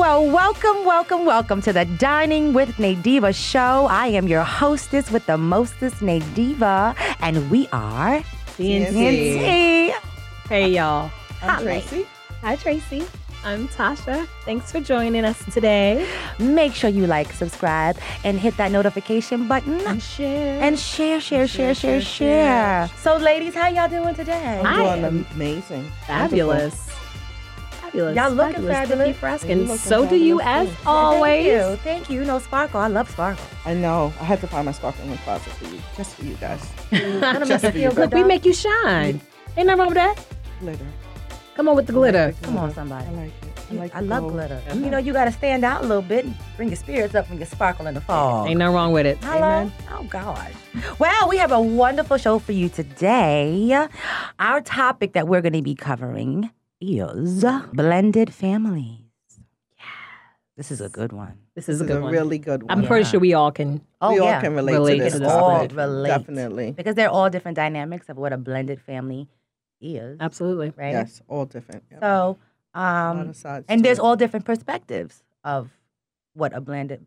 Welcome, welcome, welcome to the Dining with Nadiva show. I am your hostess with the mostest Nadiva, and we are TNT. TNT. Hey y'all. I'm Tracy. Hi Tracy. I'm Tasha. Thanks for joining us today. Make sure you like, subscribe, and hit that notification button. And share. And share, share, share, share, share. So, ladies, how y'all doing today? I I'm am doing amazing. fabulous. Fabulous. Y'all looking fabulous. fabulous. Thank you for You asking. looking So do you as fabulous, Thank you, always. Thank you. No sparkle. I love sparkle. I know. I had to find my sparkling lip closet for you, just for you guys. That'll make Just you for feel you. good. Look, we make you shine. Ain't nothing wrong with that. Glitter. Come on with the glitter. Come on, somebody. I like it. I, like I the love gold. glitter. Yeah. You know, you got to stand out a little bit and bring your spirits up when you sparkle in the fall. Ain't nothing wrong with it. Hello? Oh, gosh. Well, we have a wonderful show for you today. Our topic that we're going to be covering is blended families. This is a good one. This is This a is good a one. really good one. I'm pretty Yeah. sure we all can. Oh, we all yeah. can relate, Relate to this. to this all topic. relate. Definitely. Because they're all different dynamics of what a blended family is. Absolutely. Right? Yes, all different. Yep. So, A lot um, of sides and to there's it. all different perspectives of what a blended,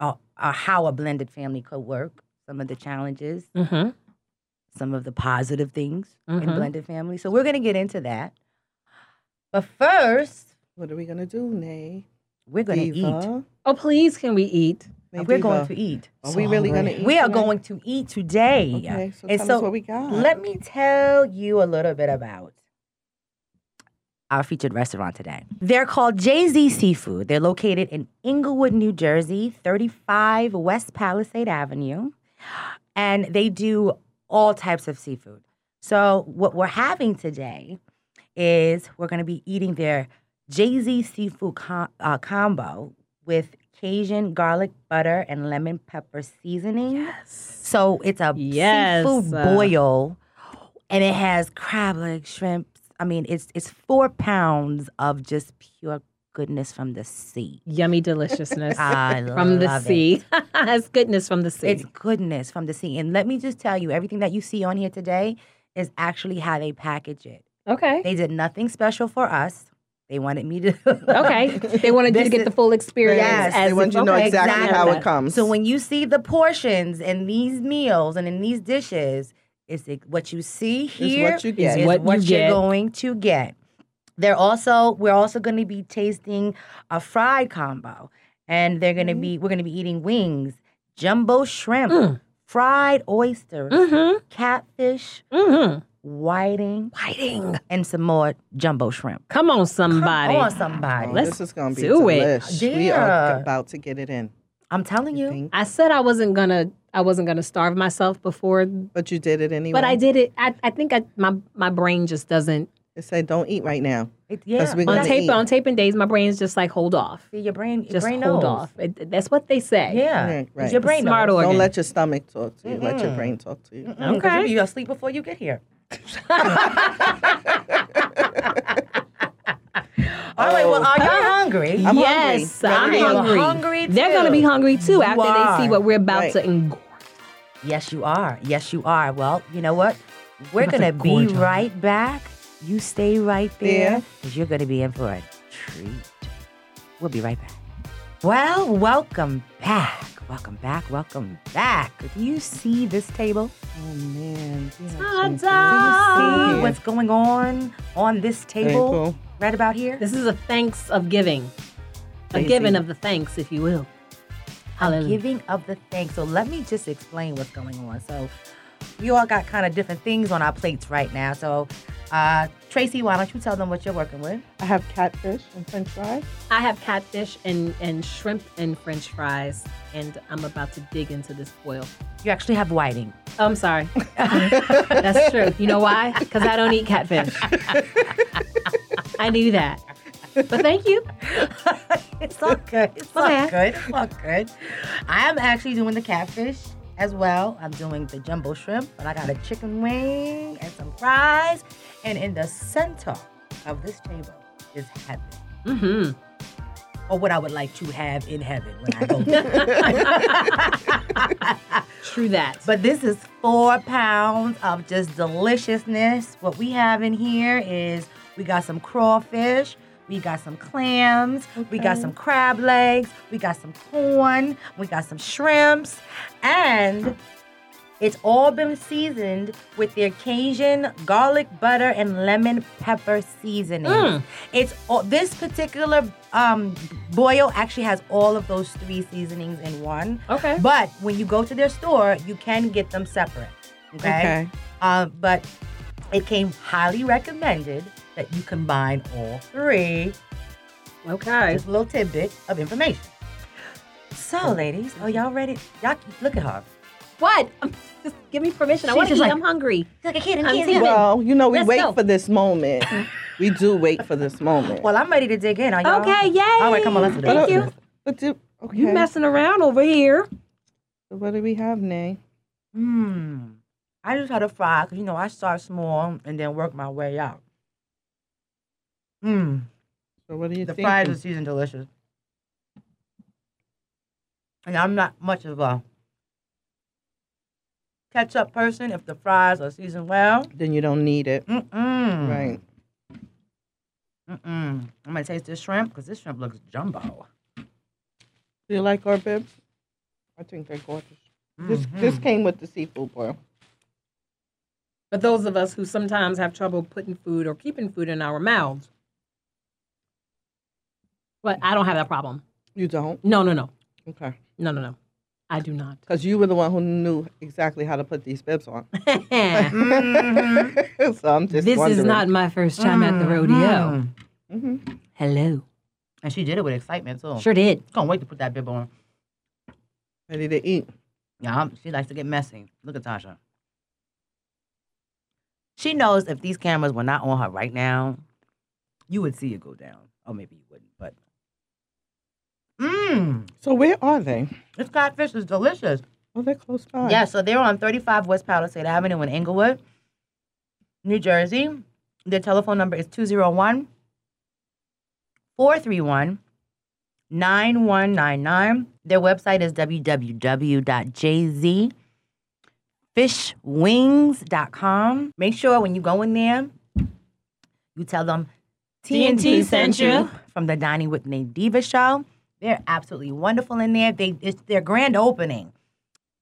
uh, uh, how a blended family could work, some of the challenges, Mm-hmm. some of the positive things in Mhm. blended families. So we're going to get into that. But first, What are we gonna do, Nay? we're going to eat. Diva? Oh please can we eat? Nay We're going Diva. to eat. Are we really gonna eat? We are today? going to eat today. Okay, so And tell so us what we got. Let me tell you a little bit about our featured restaurant today. They're called Jay Z Seafood. They're located in Inglewood, New Jersey, 35 West Palisade Avenue. And they do all types of seafood. So, what we're having today is we're going to be eating their Jay Z Seafood com- uh, combo with Cajun garlic butter and lemon pepper seasoning. Yes. So it's a Yes. uh, seafood boil, and it has crab legs, shrimps. I mean, it's it's four pounds of just pure goodness from the sea. Yummy deliciousness. I from the love it. sea. it's goodness from the sea. It's goodness from the sea. And let me just tell you, everything that you see on here today is actually how they package it. okay. They did nothing special for us. They wanted me to. okay. They wanted you to This get the full experience. Yes, as they want if- you to know okay, exactly how got it comes. So when you see the portions in these meals and in these dishes, it's like what you see is here what you get. is What what, you you are get. going to get. They're also we're also going to be tasting a fried combo, and they're going to Mm. be we're going to be eating wings, jumbo shrimp, Mm. fried oysters, Mm-hmm. catfish, Mm-hmm. whiting, whiting, and some more jumbo shrimp. Come on, Come somebody. on, Oh, somebody! this is gonna be do it. delish. We are Yeah. g- about to get it in. I'm telling You you, think? I said I wasn't gonna. I wasn't gonna starve myself before, But you did it anyway. but I did it. I, I think I, my my brain just doesn't. It said don't eat right now. it, yeah, we're On Gonna tape eat. on taping days, my brain's just like hold off. your brain, your Just brain hold knows. off. It, that's what they say. Yeah, Right, right. your brain Smart knows. organ. Don't let your stomach talk to you. Let your Mm-mm. brain talk to you. Mm, 'cause Okay. You be asleep before you get here. All right. Well, are y'all hungry? I'm yes, hungry. I'm You're hungry. hungry They're too. gonna be hungry too You after are. they see what we're about Right. to engorge. Yes, you are. Yes, you are. Well, you know what? We're About to gonna be gorge on. right back. You stay right there Yeah. because you're gonna be in for a treat. We'll be right back. Well, welcome back. Welcome back. Welcome back. Do you see this table? Oh man. we have some Do good Ta-da! you see Yeah. what's going on on this table, table. right about here? This is a thanks of giving, a Amazing. giving of the thanks, if you will. A Hallelujah. giving of the thanks. So let me just explain what's going on. So you all got kind of different things on our plates right now. So uh, Tracy, why don't you tell them what you're working with? I have catfish and French fries. I have catfish and, and shrimp and French fries, and I'm about to dig into this boil. You actually have whiting. Oh, I'm sorry. That's true. You know why? Because I don't eat catfish. I knew that. But thank you. It's all good. It's all Okay. good. It's all good. I am actually doing the catfish as well. I'm doing the jumbo shrimp, but I got a chicken wing and some fries. And in the center of this table is heaven. hmm Or what I would like to have in heaven when I go there. True that. But this is four pounds of just deliciousness. What we have in here is we got some crawfish, We got some clams. We got some crab legs. We got some corn. We got some shrimps. And it's all been seasoned with their Cajun garlic butter and lemon pepper seasoning. Mm. It's all, this particular um, boil actually has all of those three seasonings in one. Okay. But when you go to their store, you can get them separate. Okay. Okay. Um, but it came highly recommended that you combine all three. Okay. Just a little tidbit of information. So, Oh. ladies, are y'all ready? Y'all look at her. What? Um, Just give me permission. I She's want to just eat. like- I'm hungry. She's like a kid in I'm candy. Steven. Well, Well, you know, we Let's wait go. for this moment. we do wait for this moment. well, I'm ready to dig in. Are y'all? Okay. Yay. All right, come on, let's do it. Thank you. But do, okay. You messing around over here. So what do we have, Nay? Hmm. I just had a fry because you know I start small and then work my way out. Mmm. So what do you The think? fries are seasoned delicious. And I'm not much of a ketchup person if the fries are seasoned well. then you don't need it, Mm-mm. right? Mm-mm. I'm gonna taste this shrimp because this shrimp looks jumbo. Do you like our bibs? I think they're gorgeous. This this Mhm. came with the seafood boil. For those of us who sometimes have trouble putting food or keeping food in our mouths. But I don't have that problem. You don't? No, no, no. Okay. No, no, no. I do not. Because you were the one who knew exactly how to put these bibs on. this Mhm. so I'm just is wondering. not my first time at the rodeo. Mhm. hmm Hello. And she did it with excitement too. Sure did. Can't wait to put that bib on. Ready to eat. Yeah, I'm- she likes to get messy. Look at Tasha. She knows if these cameras were not on her right now, you would see it go down. Or maybe you wouldn't, but. Mmm, So where are they? this codfish is delicious. Oh, they're close by. Yeah, so they're on 35 West Palisade Avenue in Englewood, New Jersey. Their telephone number is 201 431 9199. Their website is www.jzfishwings.com. Make sure when you go in there, you tell them TNT TNT sent sent you you. from the Dining with Nate Diva show. They're absolutely wonderful in there. They it's their grand opening.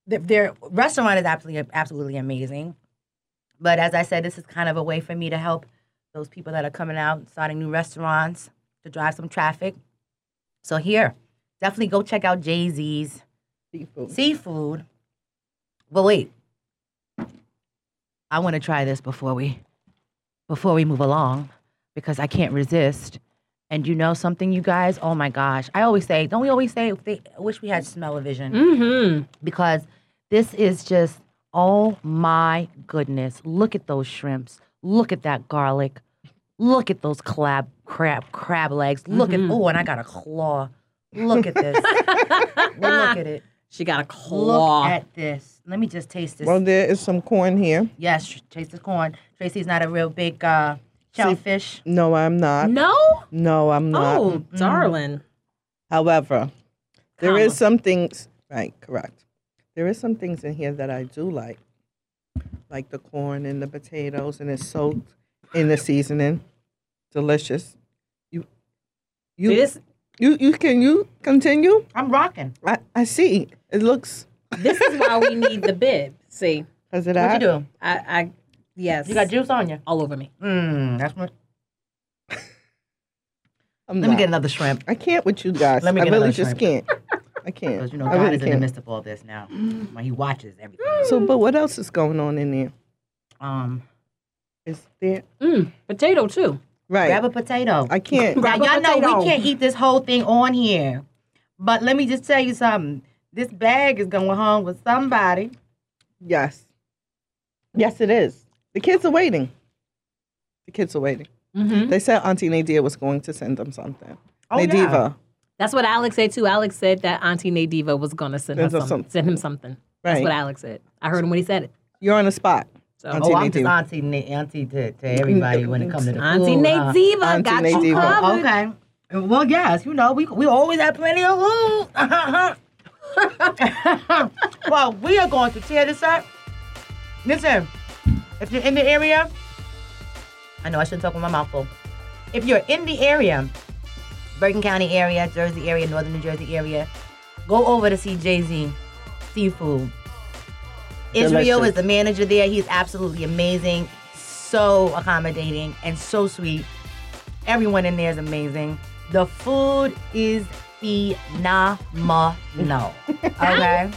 Their, their restaurant is absolutely absolutely amazing. But as I said, this is kind of a way for me to help those people that are coming out, and starting new restaurants, to drive some traffic. So here, definitely go check out Jay Z's Seafood. seafood. But wait, I want to try this before we before we move along because I can't resist. And you know something, you guys? Oh my gosh! I always say, don't we always say? They, I wish we had smell-o-vision Mm-hmm. because this is just oh my goodness! Look at those shrimps. Look at that garlic. Look at those crab crab crab legs. Look Mhm. at oh, and I got a claw. Look at this. well, look at it. She got a Look claw. at this. Let me just taste this. Well, there is some corn here. yes, tr- taste the corn. Tracy's not a real big uh, shellfish. No, I'm not. No? No, I'm not. Mm. Oh, Mm-hmm. darling. However, there Comma. is some things. Right, correct. There is some things in here that I do like, like the corn and the potatoes, and it's soaked in the seasoning. Delicious. You, you, This you, you can you continue? I'm rocking. I, I see. It looks. this is why we need the bib. See, Has it What you add? do? I, I yes. You got juice on you. all over me. Mmm, that's what. I'm Let me not. get another shrimp I can't with you guys. Let me I get really another just can't. I can't. because you know I God really is in the can't. midst of all this now. When He watches everything. So, but what else is going on in there? Um, Is there Mm, potato too. right? grab a potato. I can't. Now Grab a y'all know potato. we can't eat this whole thing on here, but let me just tell you something. This bag is going home with somebody. Yes. Yes, it is. The kids are waiting. The kids are waiting. Mm-hmm. They said Auntie Nadia was going to send them something. Oh, yeah. Nadiva. That's what Alex said too. Alex said that Auntie Nadiva was gonna send her Send her some, something. send him something. That's Right. what Alex said. I heard him when he said it. You're on the spot. So Auntie- Oh, I'm just Nadiva. auntie, Na- auntie to, to everybody when it comes to the Auntie food, huh? Nadiva Auntie got you Nadiva. covered. Uh, Okay. Well, yes, you know, we we always have plenty of food. well, we are going to tear this up. Listen, if you're in the area, I know I shouldn't talk with my mouth full. If you're in the area, Bergen County area, Jersey area, Northern New Jersey area, go over to see Jay Z Seafood. Israel Delicious. is the manager there. He's absolutely amazing, so accommodating, and so sweet. Everyone in there is amazing. The food is phenomenal. Okay?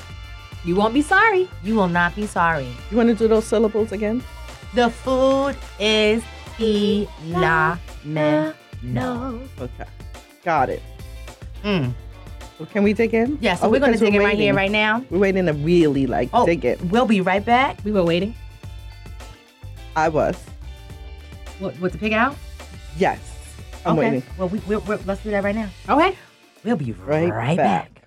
You won't be sorry. you will not be sorry. You want to do those syllables again? The food is phenomenal. Okay. Got it. Mm. Well, can we dig in? Yeah, so Oh, we're going to because we're dig it right here, right waiting. now. We're waiting to really like Oh, dig it. we'll be right back. We were waiting. I was. What, what to pick out? Yes. I'm okay. waiting. Well, we, we're, we're, let's do that right now. Okay. We'll be right, Right back. back.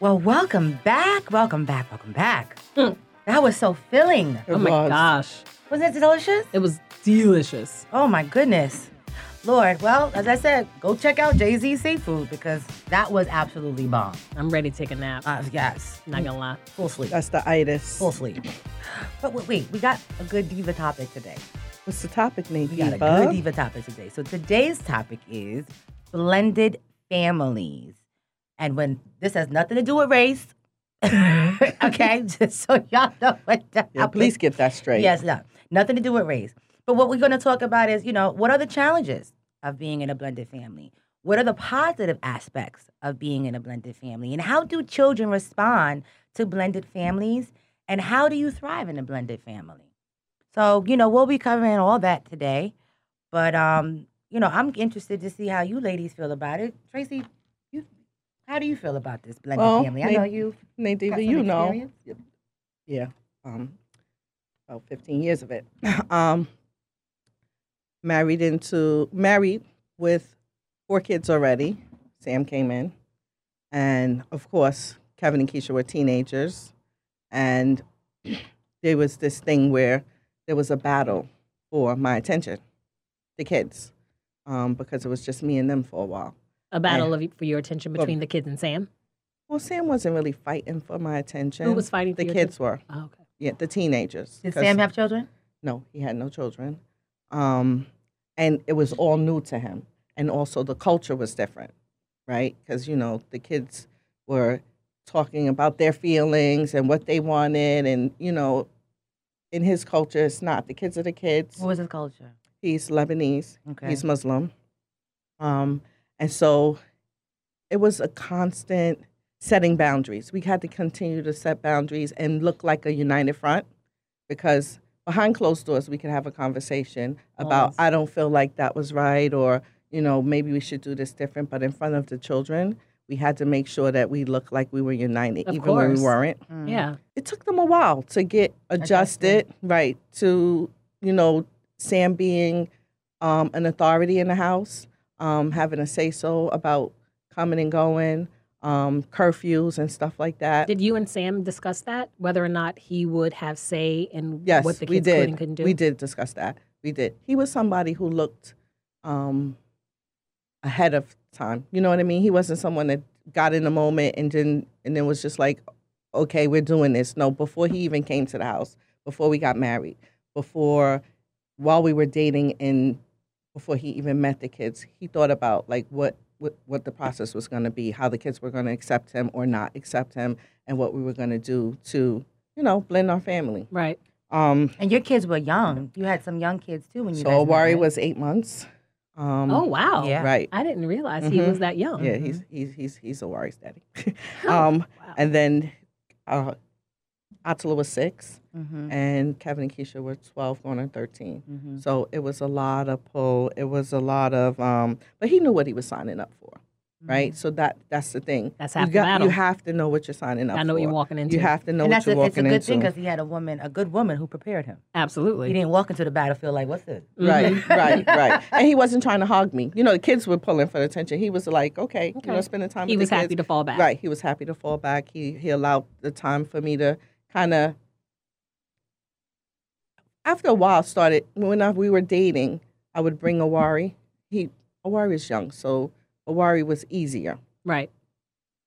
Well, welcome back. Welcome back. Welcome back. Mm. That was so filling. It oh my was. gosh. Wasn't it delicious? It was delicious. Oh my goodness. Lord, well, as I said, go check out Jay Z Seafood because that was absolutely bomb. I'm ready to take a nap. Uh, yes. Not gonna lie. Full sleep. That's the itis. Full sleep. But wait, wait, we got a good diva topic today. What's the topic, Nate? We got a Diva? good diva topic today. So today's topic is blended families. And when this has nothing to do with race, okay, just so y'all know what the Yeah, please get that straight. Yes, no, nothing to do with race. But what we're going to talk about is, you know, what are the challenges of being in a blended family? What are the positive aspects of being in a blended family? And how do children respond to blended families? And how do you thrive in a blended family? So, you know, we'll be covering all that today. But, um, you know, I'm interested to see how you ladies feel about it. Tracy, you, how do you feel about this blended Well, family? I may- know you. got Nate, Diva, some you know. experience. Yeah. Um, about 15 years of it. um, married into, married with four kids already. Sam came in. And of course, Kevin and Keisha were teenagers. And there was this thing where there was a battle for my attention, the kids, um, because it was just me and them for a while. A battle of, for your attention between the kids and Sam. Well, Sam wasn't really fighting for my attention. Who was fighting for The your kids were, attention? Oh, okay. yeah, the teenagers. Did 'cause- Sam have children? No, he had no children. Um, and it was all new to him. And also the culture was different, right? Because, you know, the kids were talking about their feelings and what they wanted. And, you know, in his culture, it's not. The kids are the kids. What was his culture? He's Lebanese. Okay. He's Muslim. Um, and so it was a constant setting boundaries. We had to continue to set boundaries and look like a united front because behind closed doors, we could have a conversation about, Always. I don't feel like that was right, or, you know, maybe we should do this different. But in front of the children, we had to make sure that we looked like we were united, Of even when course. we weren't Mm. Yeah. it took them a while to get adjusted, right, to, you know, Sam being um, an authority in the house, um, having a say so about coming and going, um, curfews and stuff like that. Did you and Sam discuss that? Whether or not he would have say in yes, what the kids we did. could and couldn't do? We did discuss that. We did. He was somebody who looked um, ahead of time. You know what I mean? He wasn't someone that got in the moment and didn't, and then was just like, okay, we're doing this. No, before he even came to the house, before we got married, before while we were dating and before he even met the kids, he thought about like what what, what the process was going to be, how the kids were going to accept him or not accept him, and what we were going to do to you know blend our family. Right. Um, And your kids were young. You had some young kids too when you so guys met, Awari right? was eight months. Um, Oh wow. Yeah. right. I didn't realize he Mhm. was that young. Yeah, he's he's he's he's Awari's daddy. um, Oh, Wow. and then uh, Attila was 6 Mhm, and Kevin and Keisha were twelve, going on thirteen. Mm-hmm. mhm. So it was a lot of pull. It was a lot of, um, but he knew what he was signing up for, right? So that that's the thing. Mm-hmm. That's half you the battle. You have to know what you're signing up. I know for. what you're walking into. You have to know and what that's you're a, it's a walking good into. thing because he had a woman, a good woman who prepared him. He Absolutely. didn't walk into the battlefield like, "What's this?" Mhm. Right, right, right. And he wasn't trying to hog me. You know, the kids were pulling for attention. He was like, okay, you Okay. know, spending time. He with was the kids. happy to fall back. Right. He was happy to fall back. He he allowed the time for me to kind of. After a while, started when I, we were dating. I would bring Awari. He Awari is young, so Awari was easier. Right.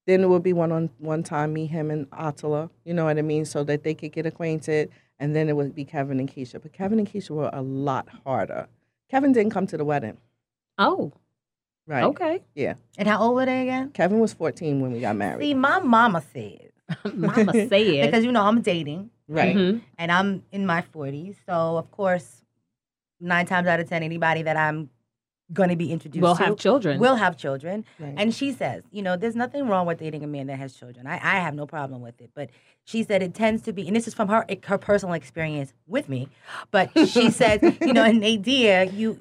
Then it would be one on one time, me, him, and Attila. You know what I mean, so that they could get acquainted. And then it would be Kevin and Keisha. But Kevin and Keisha were a lot harder. Kevin didn't come to the wedding, Oh, right? okay. And how old were they again? Kevin was 14 when we got See, married, my mama said Mama said. because you know I'm dating right? Mhm. and I'm in my 40s, so of course, nine times out of ten, anybody that I'm gonna be introduced We'll to have children. will have children. mm-hmm. Right. And she says, you know, there's nothing wrong with dating a man that has children. I, I have no problem with it. But she said it tends to be, and this is from her eh, her personal experience with me. But she says, you know, an idea you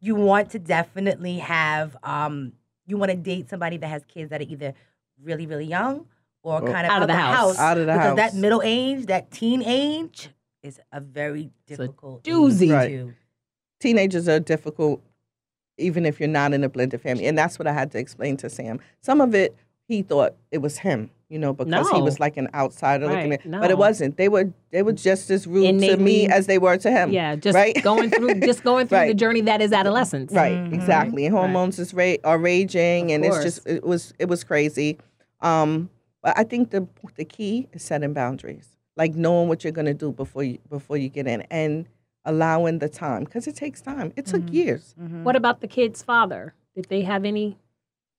you want to definitely have um you want to date somebody that has kids that are either really really young or Or kind of out of the house. out of Oh. the because house. that middle age, that teen age, is a very It's a difficult age doozy. Right. to- teenagers are difficult even if you're not in a blended family and that's what i had to explain to sam some of it he thought it was him you know because he No. was like an outsider looking Right, at but no. it wasn't they were they were just as rude to me Innately- as they were to him yeah, just right? going through just going through the Right. journey that is adolescence. right Mhm. exactly And Mm-hmm. Right. hormones is ra- are raging Of and it's course. just it was it was crazy um but i think the the key is setting boundaries like knowing what you're going to do before you before you get in and allowing the time because it takes time it took Mm-hmm. Mhm. years Mhm. What about the kid's father? Did they have any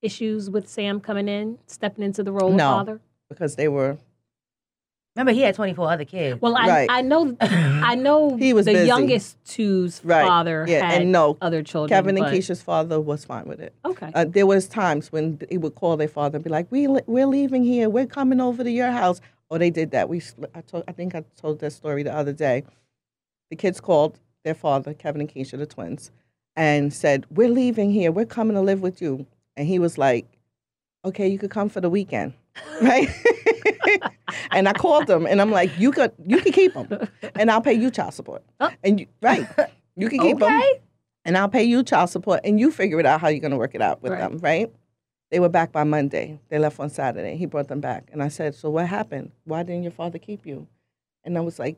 issues with Sam coming in, stepping into the role No. of father? because they were Remember, he had 24 other kids. Well, I Right. I know I know He was the busy. youngest two's Right. father Yeah, had and no, other children. Kevin and but- Keisha's father was fine with it. Okay. Uh, there was times when he would call their father and be like, "We li- we're leaving here. We're coming over to your house." Or they did that. We split, I told I think I told that story the other day. The kids called their father, Kevin and Keisha, the twins, and said, "We're leaving here. We're coming to live with you." And he was like, "Okay, you could come for the weekend, right?" and I called them and I'm like, "You could you could keep them, and I'll pay you child support." Oh. And you, right, you can keep them okay. and I'll pay you child support, and you figure it out how you're going to work it out with Right. them, right? They were back by Monday. They left on Saturday. He brought them back, and I said, "So what happened? Why didn't your father keep you?" And I was like,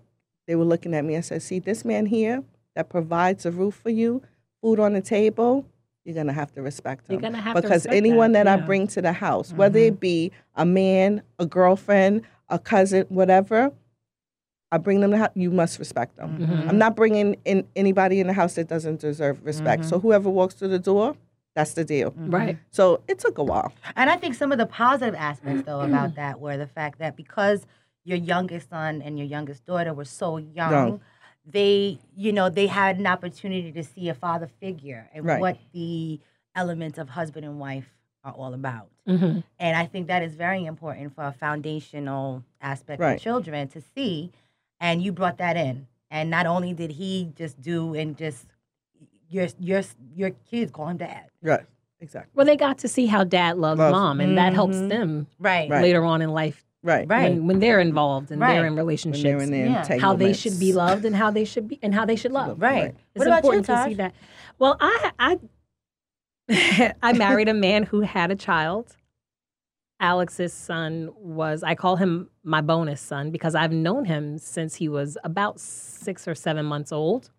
they were looking at me. I said, "See, this man here that provides a roof for you, food on the table, you're gonna have to respect him." You're gonna have to because respect anyone that, I yeah. Mm-hmm. bring to the house, whether it be a man, a girlfriend, a cousin, whatever, I bring them to house. You must respect them. Mhm. Mm-hmm. I'm not bringing in anybody in the house that doesn't deserve respect. Mm-hmm. So whoever walks through the door, that's the deal. Right. So it took a while. And I think some of the positive aspects, though, about that were the fact that because your youngest son and your youngest daughter were so young, Young. they, you know, they had an opportunity to see a father figure and Right. what the elements of husband and wife are all about. Mm-hmm. And I think that is very important for a foundational aspect Right. of children to see. And you brought that in. And not only did he just do and just your your your kids call him dad. Right. Exactly. Well, they got to see how dad loves Loves- mom, and that helps Mhm. them Right. Right. later on in life Right. Right. when, when they're involved and Right. they're in When they're relationships. in their Yeah. how they entanglements. should be loved and how they should be and how they should love. Right. Right. It's What about you, important to Tosh? see that. Well, I I I married a man who had a child. Alex's son was I call him my bonus son because I've known him since he was about 6 or 7 months old.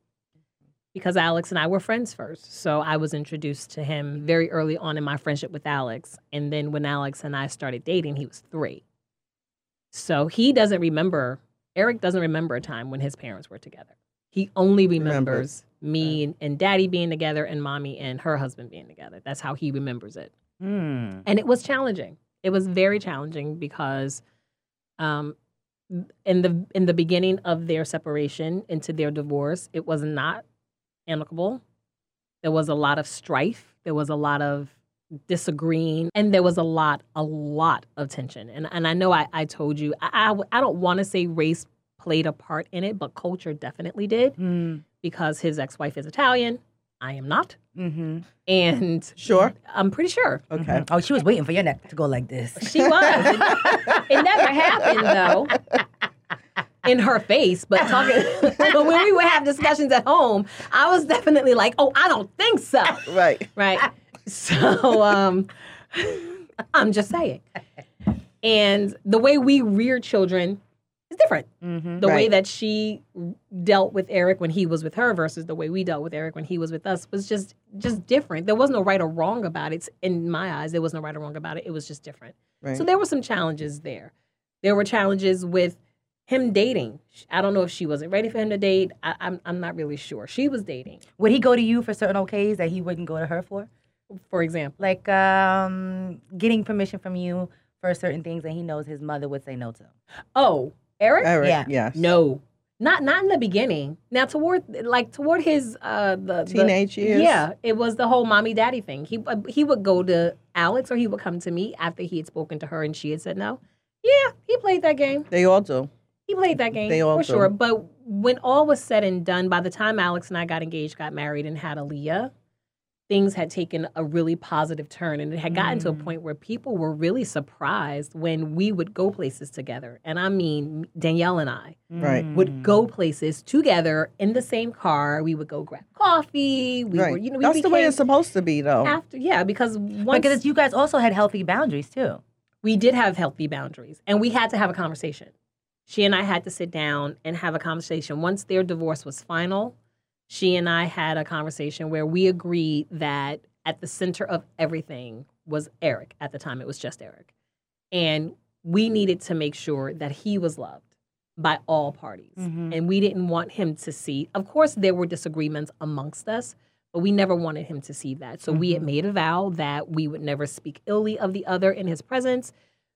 Because Alex and I were friends first. So I was introduced to him very early on in my friendship with Alex. And then when Alex and I started dating, he was 3. So he doesn't remember, Eric doesn't remember a time when his parents were together. He only remembers, Remembers. me and, and daddy being together and mommy and her husband being together. That's how he remembers it. Mm. And it was challenging. It was very challenging because um, in the in the beginning of their separation into their divorce, it was not amicable. There was a lot of strife. There was a lot of disagreeing, and there was a lot, a lot of tension. And and I know I, I told you I I, I don't want to say race played a part in it, but culture definitely did Mm. because his ex wife is Italian. I am not, Mm-hmm. and Sure. I'm pretty sure Okay. Oh, she was waiting for your neck to go like this. She was. It, it never happened though. In her face, but talking but when we would have discussions at home, I was definitely like, Oh, I don't think so. Right. Right. So um I'm just saying. And the way we rear children is different. Mm-hmm. The way Right. that she dealt with Eric when he was with her versus the way we dealt with Eric when he was with us was just just different. There was no right or wrong about it. In my eyes, there was no right or wrong about it. It was just different. Right. So there were some challenges there. There were challenges with him dating. I don't know if she wasn't ready for him to date. I, I'm I'm not really sure. She was dating, Would he go to you for certain OKs that he wouldn't go to her for? for example. Like um, getting permission from you for certain things that he knows his mother would say no to. Oh, Eric? Eric, Yeah. yes. No, not not in the beginning. Now toward like toward his uh the the- Teenage years. Yeah, it was the whole mommy daddy thing. He uh, he would go to Alex or he would come to me after he had spoken to her and she had said no. Yeah, he played that game. They all do. He played that game They all for do. sure. But when all was said and done, by the time Alex and I got engaged, got married, and had Aaliyah, things had taken a really positive turn, and it had gotten to a Mm. point where people were really surprised when we would go places together. And I mean, Danielle and I Right. would go places together in the same car. We would go grab coffee. We right. were, you know, we That's the way became it's supposed to be, though. after, yeah, because once Because you guys also had healthy boundaries too. we did have healthy boundaries and we had to have a conversation. She and I had to sit down and have a conversation. Once their divorce was final, she and I had a conversation where we agreed that at the center of everything was Eric. At the time, it was just Eric. And we needed to make sure that he was loved by all parties. Mhm. And we didn't want him to see, of course, there were disagreements amongst us, but we never wanted him to see that. So we had Mhm. made a vow that we would never speak illy of the other in his presence.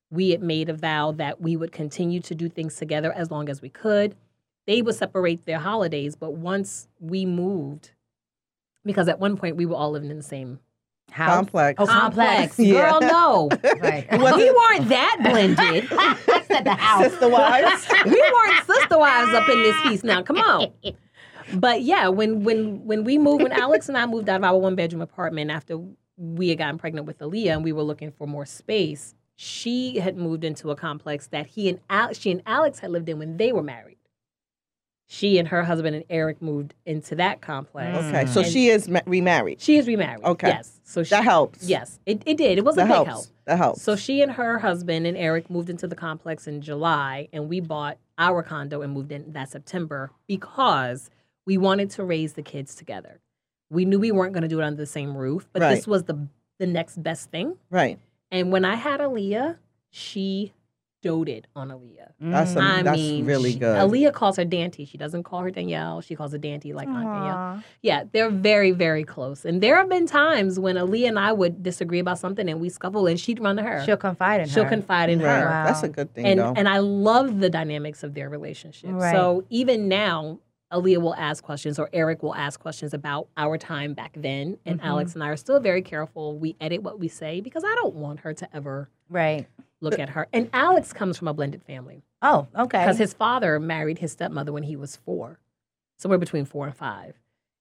We had made a vow that we would continue to do things together as long as we could. They would separate their holidays, but once we moved, because at one point we were all living in the same How? Complex. Oh, complex. complex. Girl, Yeah. no. Right. It wasn't- we weren't that blended. I said the house. Sister wives. we weren't sister wives up in this piece now. Come on. But yeah, when when when we moved, when Alex and I moved out of our one bedroom apartment after we had gotten pregnant with Aaliyah and we were looking for more space, she had moved into a complex that he and Al- she and Alex had lived in when they were married. She and her husband and Eric moved into that complex. Mm. okay, so And- she is ma- remarried. She is remarried. Okay. Yes. So she, That helps. yes, it, it did. It was a That big helps. help. That helps. So she and her husband and Eric moved into the complex in July, and we bought our condo and moved in that September because we wanted to raise the kids together. We knew we weren't going to do it under the same roof, but this Right. was the the next best thing. right. And when I had Aaliyah, she doted on Aaliyah. Mm. That's a, I Um, that's mean, really she- good. Aaliyah calls her Dante. She doesn't call her Danielle. She calls her Dante like Aunt Danielle. Aw. Yeah, they're very, very close. And there have been times when Aaliyah and I would disagree about something and we scuffle and she'd run to her. She'll confide in She'll her. confide in Right. her. Wow. That's a good thing, And though. and I love the dynamics of their relationship. Right. So even now, Aaliyah will ask questions or Eric will ask questions about our time back then. And Mhm. Alex and I are still very careful. We edit what we say because I don't want her to ever right. look at her. And Alex comes from a blended family Oh, okay. because his father married his stepmother when he was four, somewhere between four and five.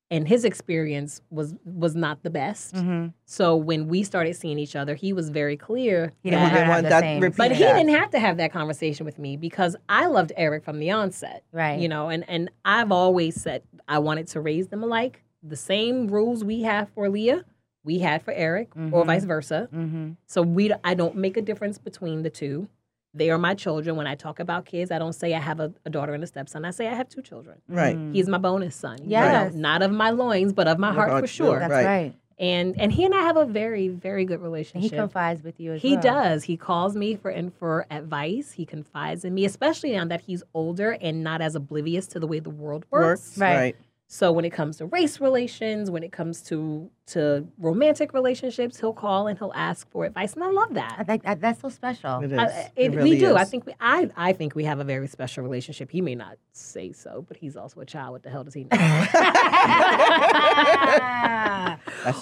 And his experience was was not the best. Mhm. So when we started seeing each other, he was very clear He that didn't want her to Yeah, have one the that same. repeat- but he Yeah. didn't have to have that conversation with me because I loved Eric from the onset. Right. You know, and and I've always said I wanted to raise them alike. The same rules we have for Leah, we had for Eric, or Mhm. vice versa. Mm-hmm. So we I don't make a difference between the two. They are my children. When I talk about kids, I don't say I have a, a daughter and a stepson. I say I have two children. Right. He's my bonus son. you know, Mm. Yes. not of my loins, but of my Your heart heart, for yeah. sure. That's right. Right. And and he and I have a very, very good And relationship. he confides with you as He well. does. He calls me for and for advice. He confides in me, especially now that he's older and not as oblivious to the way the world works. Works. Right. Right. So when it comes to race relations, when it comes to to romantic relationships, he'll call and he'll ask for advice, and I love I that. think that, that's so special. It is. I- It, it- really we do. Is. I think we, I I think we have a very special relationship. He may not say so, but he's also a child. What the hell does he know? that's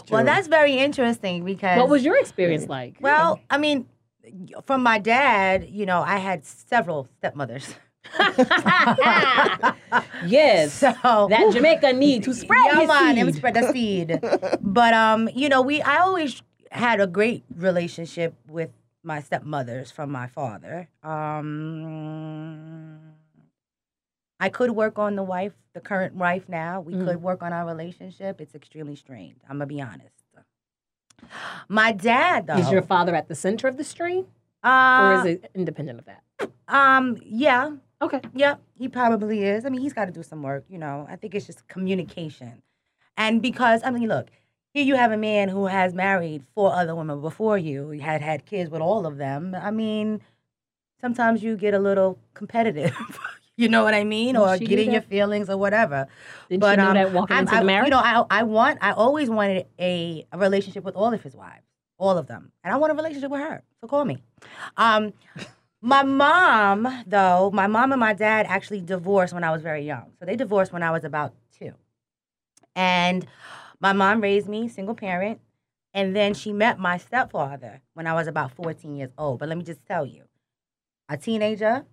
true. well, that's very interesting because what was your experience like? well, I mean, from my dad, you know, I had several stepmothers. yes, so that Jamaica need to spread yeah, his man, let me seed. spread the seed. but um, you know, we I always had a great relationship with my stepmothers from my father. Um, I could work on the wife, the current wife now. We Mm. could work on our relationship. It's extremely strained. I'm gonna be honest. My dad though Is your father at the center of the stream, uh, or is it independent of that? um yeah Okay. Yep, he probably is. I mean, he's got to do some work, you know. I think it's just communication. And because, I mean, look, here you have a man who has married four other women before you, he had had kids with all of them. I mean, sometimes you get a little competitive. You know what I mean, Didn't or she do get in your that? feelings, or whatever. Didn't But, you know um, that walking I'm- into I, the marriage? You know, I, I want, I always wanted a, a relationship with all of his wives, all of them, and I want a relationship with her. So call me. Um, my mom, though, my mom and my dad actually divorced when I was very young. So they divorced when I was about two, and my mom raised me single parent, and then she met my stepfather when I was about fourteen years old. But let me just tell you, a teenager.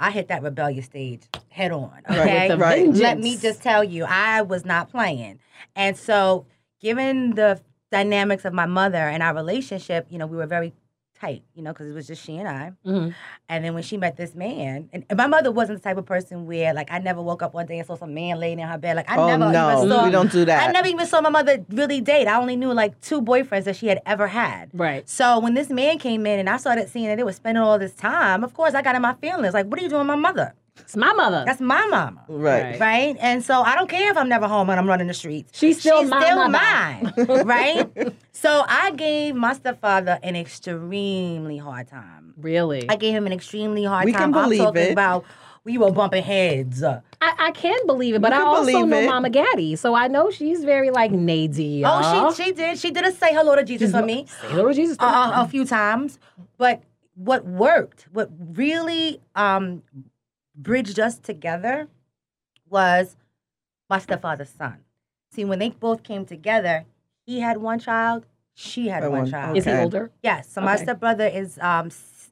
I hit that rebellious stage head on. Right, Okay, With a Right. let me vengeance. just tell you, I was not playing. And so, given the dynamics of my mother and our relationship, you know, we were very tight, you know, because it was just she and I. Mhm. And then when she met this man, and, and my mother wasn't the type of person where, like, I never woke up one day and saw some man laying in her bed. Like, I oh never no, even saw. we don't do that. I never even saw my mother really date. I only knew like two boyfriends that she had ever had. Right. So when this man came in and I started seeing that they were spending all this time, of course I got in my feelings. Like, what are you doing, with my mother? It's my mother. That's my mama right. Right. right? And so I don't care if I'm never home and I'm running the streets. She's still She's my still mother. mine, right? so I gave my stepfather an extremely hard time. Really? I gave him an extremely hard We time. can believe I'm talking it. about we were bumping heads. Oh, I, I can believe it, but I can also believe know it. Mama Gaddy, so I know she's very like nady. Oh, she she did. She did a say hello to Jesus for me. Lord Jesus. uh, Mm-hmm. a few times. But what worked, what really um, bridged us together, was my stepfather's son. See, when they both came together, he had one child, she had By one one- child. Is he Okay. older? Yes. So my Okay. stepbrother is um, s-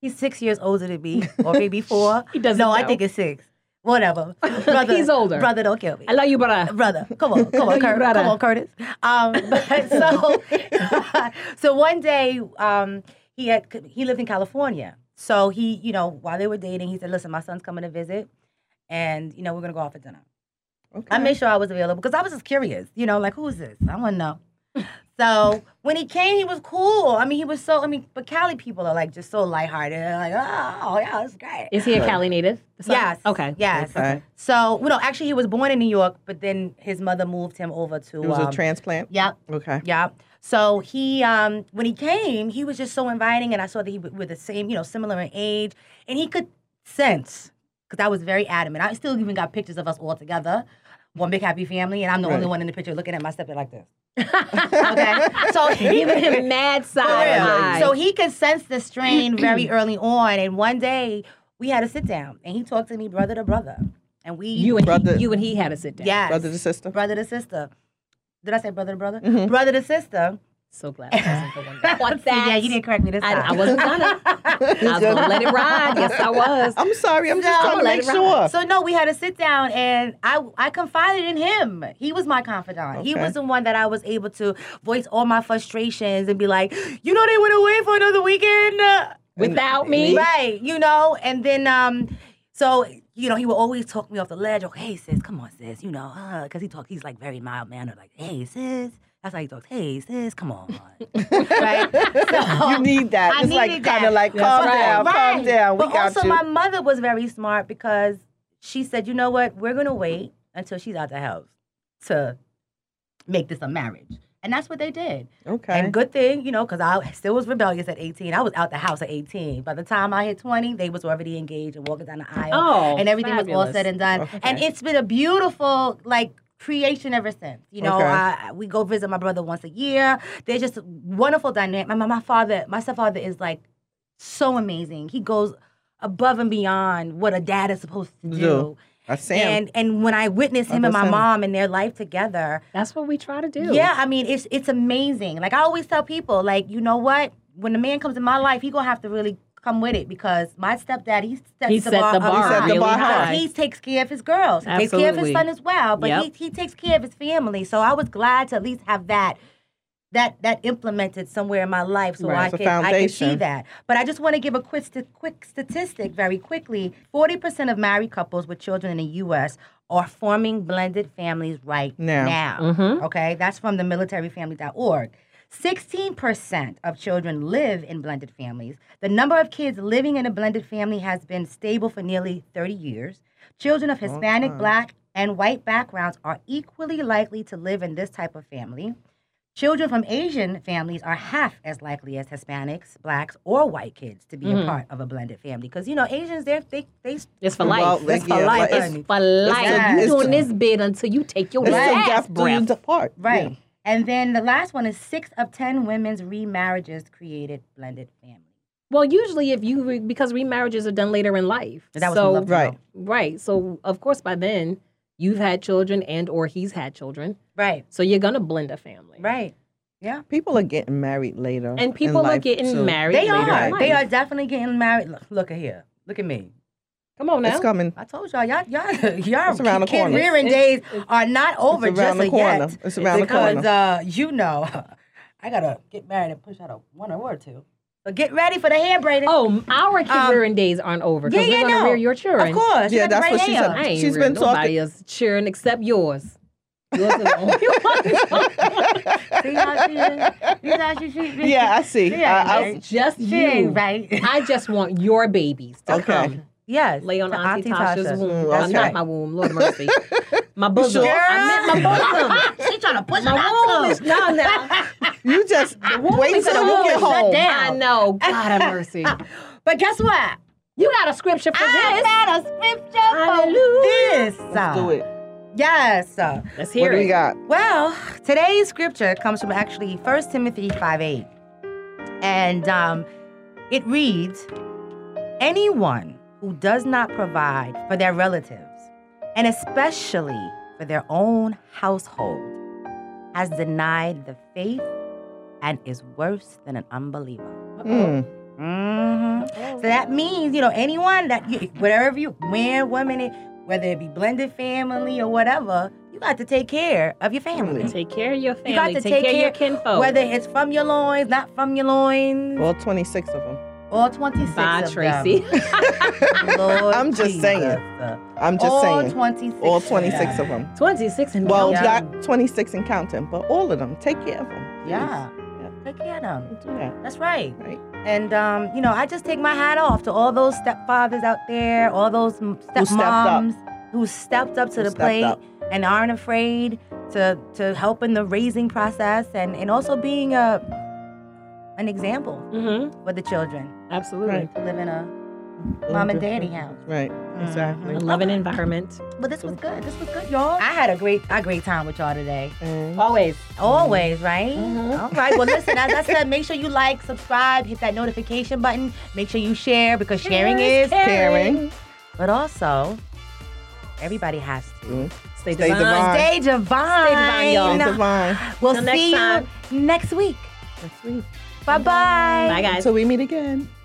he's six years older than me, or maybe four. He doesn't. no, know. I think it's six. Whatever. Brother, he's older. Brother, don't kill me I love you, brother. brother. Come on, come on, You Cur- brother. come on, Curtis. Um, but so, so one day, um, he had he lived in California. So he, you know, while they were dating, he said, "Listen, my son's coming to visit, and you know, we're gonna go out for dinner." Okay. I made sure I was available because I was just curious, you know, like who's this? I want to know. So when he came, he was cool. I mean, he was so. I mean, but Cali people are like just so lighthearted. They're like, oh yeah, it's great. Is he a Right. Cali native? The son? Yes. Okay. Yes. Okay. So, well, no, actually, he was born in New York, but then his mother moved him over to. It was um, a transplant. Yep, Okay. yep. So he, um, when he came, he was just so inviting, and I saw that he w- were the same, you know, similar in age, and he could sense because I was very adamant. I still even got pictures of us all together, one big happy family, and I'm the only Right. one in the picture looking at my stepdad like this. Okay, so Giving he, him mad side For real. eye. So he could sense the strain very early on. And one day we had a sit down and he talked to me brother to brother. And we you and Brother- he, you and he had to sit down. yes, Brother to sister. brother to sister. Did I say brother to brother? Mhm. Brother to sister. So glad I wasn't the one See, that caught that. yeah, you didn't correct me this I, time. I wasn't gonna. I was gonna let it ride. Yes, I was. I'm sorry. I'm just No, trying to let make it ride. sure. So no, we had to sit down, and I I confided in him. He was my confidant. He Okay. was the one that I was able to voice all my frustrations and be like, you know, they went away for another weekend uh, Without me, right? You know, and then um, so you know, he would always talk me off the ledge. Like, hey sis, come on sis, you know, because he talks, he's like very mild mannered, like hey sis. That's how he talks. Hey sis, come on, right? So- you need that. I it's like needed kind that. of like That's calm right. down, calm down. We but got also, you. my mother was very smart because she said, "You know what? We're gonna wait until she's out the house to make this a marriage." And that's what they did. okay. And good thing, you know, because I still was rebellious at 18. I was out the house at 18. By the time I hit 20, they was already engaged and walking down the aisle, oh, and everything was all fabulous. said and done. Okay. And it's been a beautiful like creation ever since. You know, Okay. I, we go visit my brother once a year. They're just wonderful dynamic. My, my my father, my stepfather is like so amazing. He goes above and beyond what a dad is supposed to do. Do. That's Sam. And and when I witness him and my Understand. mom and their life together, That's what we try to do. yeah, I mean, it's it's amazing. Like I always tell people, like you know what? When the man comes in my life, he gonna have to really come with it because my stepdad he sets He the set bar the up bar He high. set the really bar high. high. He takes care of his girls. He takes care of his Absolutely. son as well, but Yep. he, he takes care of his family. So I was glad to at least have that that that implemented somewhere in my life so Right. I It's a can I can see foundation. that. But I just want to give a quick st- quick statistic very quickly. 40% of married couples with children in the US are forming blended families right Now. now. Mm-hmm. Okay, that's from the militaryfamily.org. 16% of children live in blended families. The number of kids living in a blended family has been stable for nearly 30 years. Children of Long Hispanic, time. Black, and white backgrounds are equally likely to live in this type of family. Children from Asian families are half as likely as Hispanics, Blacks, or white kids to be a Mhm. part of a blended family. Because, you know, Asians, they're, they, they, It's for Well, life. like, It's for yeah, life. like, It's- for life. Yes. You doing this bid until you take your It's Right. still last death do breath. us apart. Right. And then the last one is six of 10 women's remarriages created blended families. Well, usually if you re- because remarriages are done later in life. That was so what Love to right. Know. right. So of course by then you've had children and or he's had children. Right. So you're gonna blend a family. Right. Yeah. People are getting married later. in And people are life, getting too. married. They later are. In They are life. definitely getting married. Look, look at here. Look at me. Come on now. It's coming. I told y'all, y'all, y'all, y'all It's around the kid corner. rearing days are not over it's just around the yet. corner. It's around the because corner. uh, you know, I gotta get married and push out a one or one or two. So get ready for the hair braiding. Oh, our kid Um, rearing days aren't over because yeah, we're yeah, gonna no. rear your children. of course. Yeah, that's what she said. I ain't She's rearing been nobody else cheering except yours. Yours is the only one. See how she is? See how she, she, she Yeah, I see. Yeah, I- I- right. It's just she ain't you. right. I just want your babies to Okay. come yes. lay on to Auntie, Tasha's womb. Mm, Uh, okay. Not my womb, Lord mercy. My bosom. sure? I meant my bosom. she trying to push my womb is no, no. you just wait is till the you womb get is shut home. down. I know. God have mercy. But guess what? You got a scripture for I got this. a scripture Hallelujah. for this. uh, Let's do it. Yes. uh, Let's What hear do we it. got? Well, today's scripture comes from actually 1 Timothy 5 8. And um, it reads Anyone who does not provide for their relatives, and especially for their own household, has denied the faith and is worse than an unbeliever. Mm. hmm So that means, you know, anyone that you, whatever you, man, woman, it- whether it be blended family or whatever, you got to take care of your family. Take care of your family. got to take, take care, of your care- kinfolk. Whether it's from your loins, not from your loins, Well, 26 of them. all 26 Bye, of Tracy. them. Lord I'm just Jesus. saying. I'm just all saying. 26. all of 26 them. of them. 26 and Well, Yeah. not 26 and counting, but all of them. Take care of them. Yeah. Take care of them. Don't do that. That's right. Right. And, um, you know, I just take my hat off to all those stepfathers out there, all those m- Who stepped up. stepmoms who stepped up to Who the stepped plate up. and aren't afraid to, to help in the raising process and, and also being a, an example Mm-hmm. for the children Absolutely. Right. to live in a Mom and daddy Mm-hmm. house. Right. Exactly. A loving environment. But this was good. This was good, y'all. I had a great, a great time with y'all today. And Always. Always, right? Mhm. All right. Well, listen. As I said, make sure you like, subscribe, hit that notification button. Make sure you share because sharing is, caring. but also everybody has to Stay, Stay divine. divine. stay divine. Stay divine, y'all. Stay divine. We'll Till next see time. you next week. Next week. Bye bye. Bye, guys. Until we meet again.